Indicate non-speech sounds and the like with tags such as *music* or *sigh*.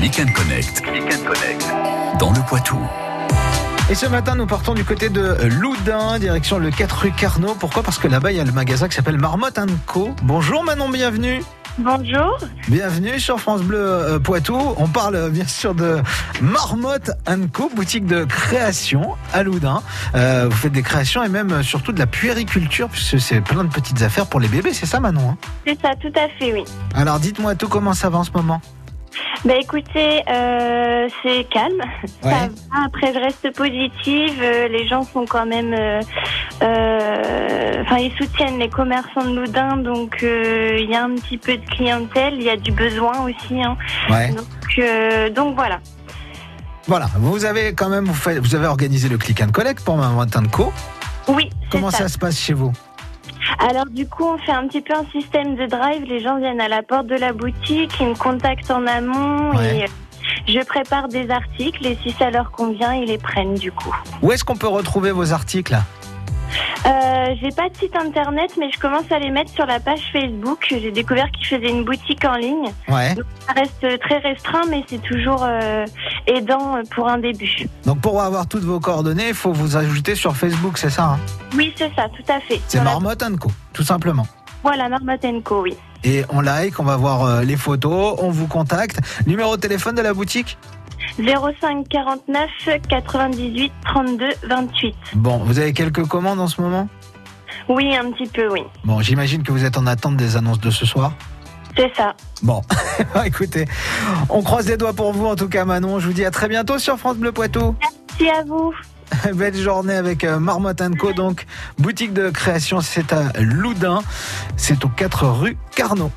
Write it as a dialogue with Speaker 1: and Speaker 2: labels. Speaker 1: Weekend Connect. Weekend Connect. Dans le Poitou.
Speaker 2: Et ce matin, nous partons du côté de Loudun, direction le 4 rue Carnot. Pourquoi Parce que là-bas, il y a le magasin qui s'appelle Marmotte Co. Bonjour Manon, bienvenue.
Speaker 3: Bonjour.
Speaker 2: Bienvenue sur France Bleu euh, Poitou. On parle euh, bien sûr de Marmotte Co, boutique de création à Loudun. Euh, vous faites des créations et même euh, surtout de la puériculture, puisque c'est plein de petites affaires pour les bébés, c'est ça Manon hein
Speaker 3: C'est ça, tout à fait, oui.
Speaker 2: Alors dites-moi tout, comment ça va en ce moment
Speaker 3: Bah écoutez, euh, c'est calme. Ça va. Après, je reste positive. Euh, les gens sont quand même. euh, euh, Enfin, ils soutiennent les commerçants de Loudun, donc euh, il y a un petit peu de clientèle, il y a du besoin aussi. hein.
Speaker 2: Ouais.
Speaker 3: Donc, euh, donc voilà.
Speaker 2: Voilà, vous avez quand même vous faites- vous avez organisé le click and collect pour Marmotte Co.
Speaker 3: Oui, c'est
Speaker 2: Comment ça se passe chez vous
Speaker 3: Alors du coup, on fait un petit peu un système de drive. Les gens viennent à la porte de la boutique, ils me contactent en amont
Speaker 2: Ouais.
Speaker 3: et euh, je prépare des articles et si ça leur convient, ils les prennent du coup.
Speaker 2: Où est-ce qu'on peut retrouver vos articles
Speaker 3: Euh, j'ai pas de site internet, mais je commence à les mettre sur la page Facebook. J'ai découvert qu'ils faisaient une boutique en ligne.
Speaker 2: Ouais.
Speaker 3: Ça reste très restreint, mais c'est toujours euh, aidant euh, pour un début.
Speaker 2: Donc pour avoir toutes vos coordonnées, il faut vous ajouter sur Facebook, c'est ça hein
Speaker 3: Oui, c'est ça, tout à fait.
Speaker 2: C'est
Speaker 3: Sur la-
Speaker 2: Marmotte Co, tout simplement.
Speaker 3: Voilà, Marmotte Co, oui.
Speaker 2: Et on like, on va voir euh, les photos, on vous contacte. Numéro de téléphone de la boutique
Speaker 3: 05 49 98 32 28.
Speaker 2: Bon, vous avez quelques commandes en ce moment
Speaker 3: Oui, un petit peu, oui.
Speaker 2: Bon, j'imagine que vous êtes en attente des annonces de ce soir.
Speaker 3: C'est ça.
Speaker 2: Bon, *laughs* bah, écoutez, on croise les doigts pour vous en tout cas Manon. Je vous dis à très bientôt sur France Bleu Poitou. *laughs*
Speaker 3: Merci à vous.
Speaker 2: Belle journée avec euh, Marmotte Co, donc boutique de création, c'est à Loudun, c'est au 4 rue Carnot.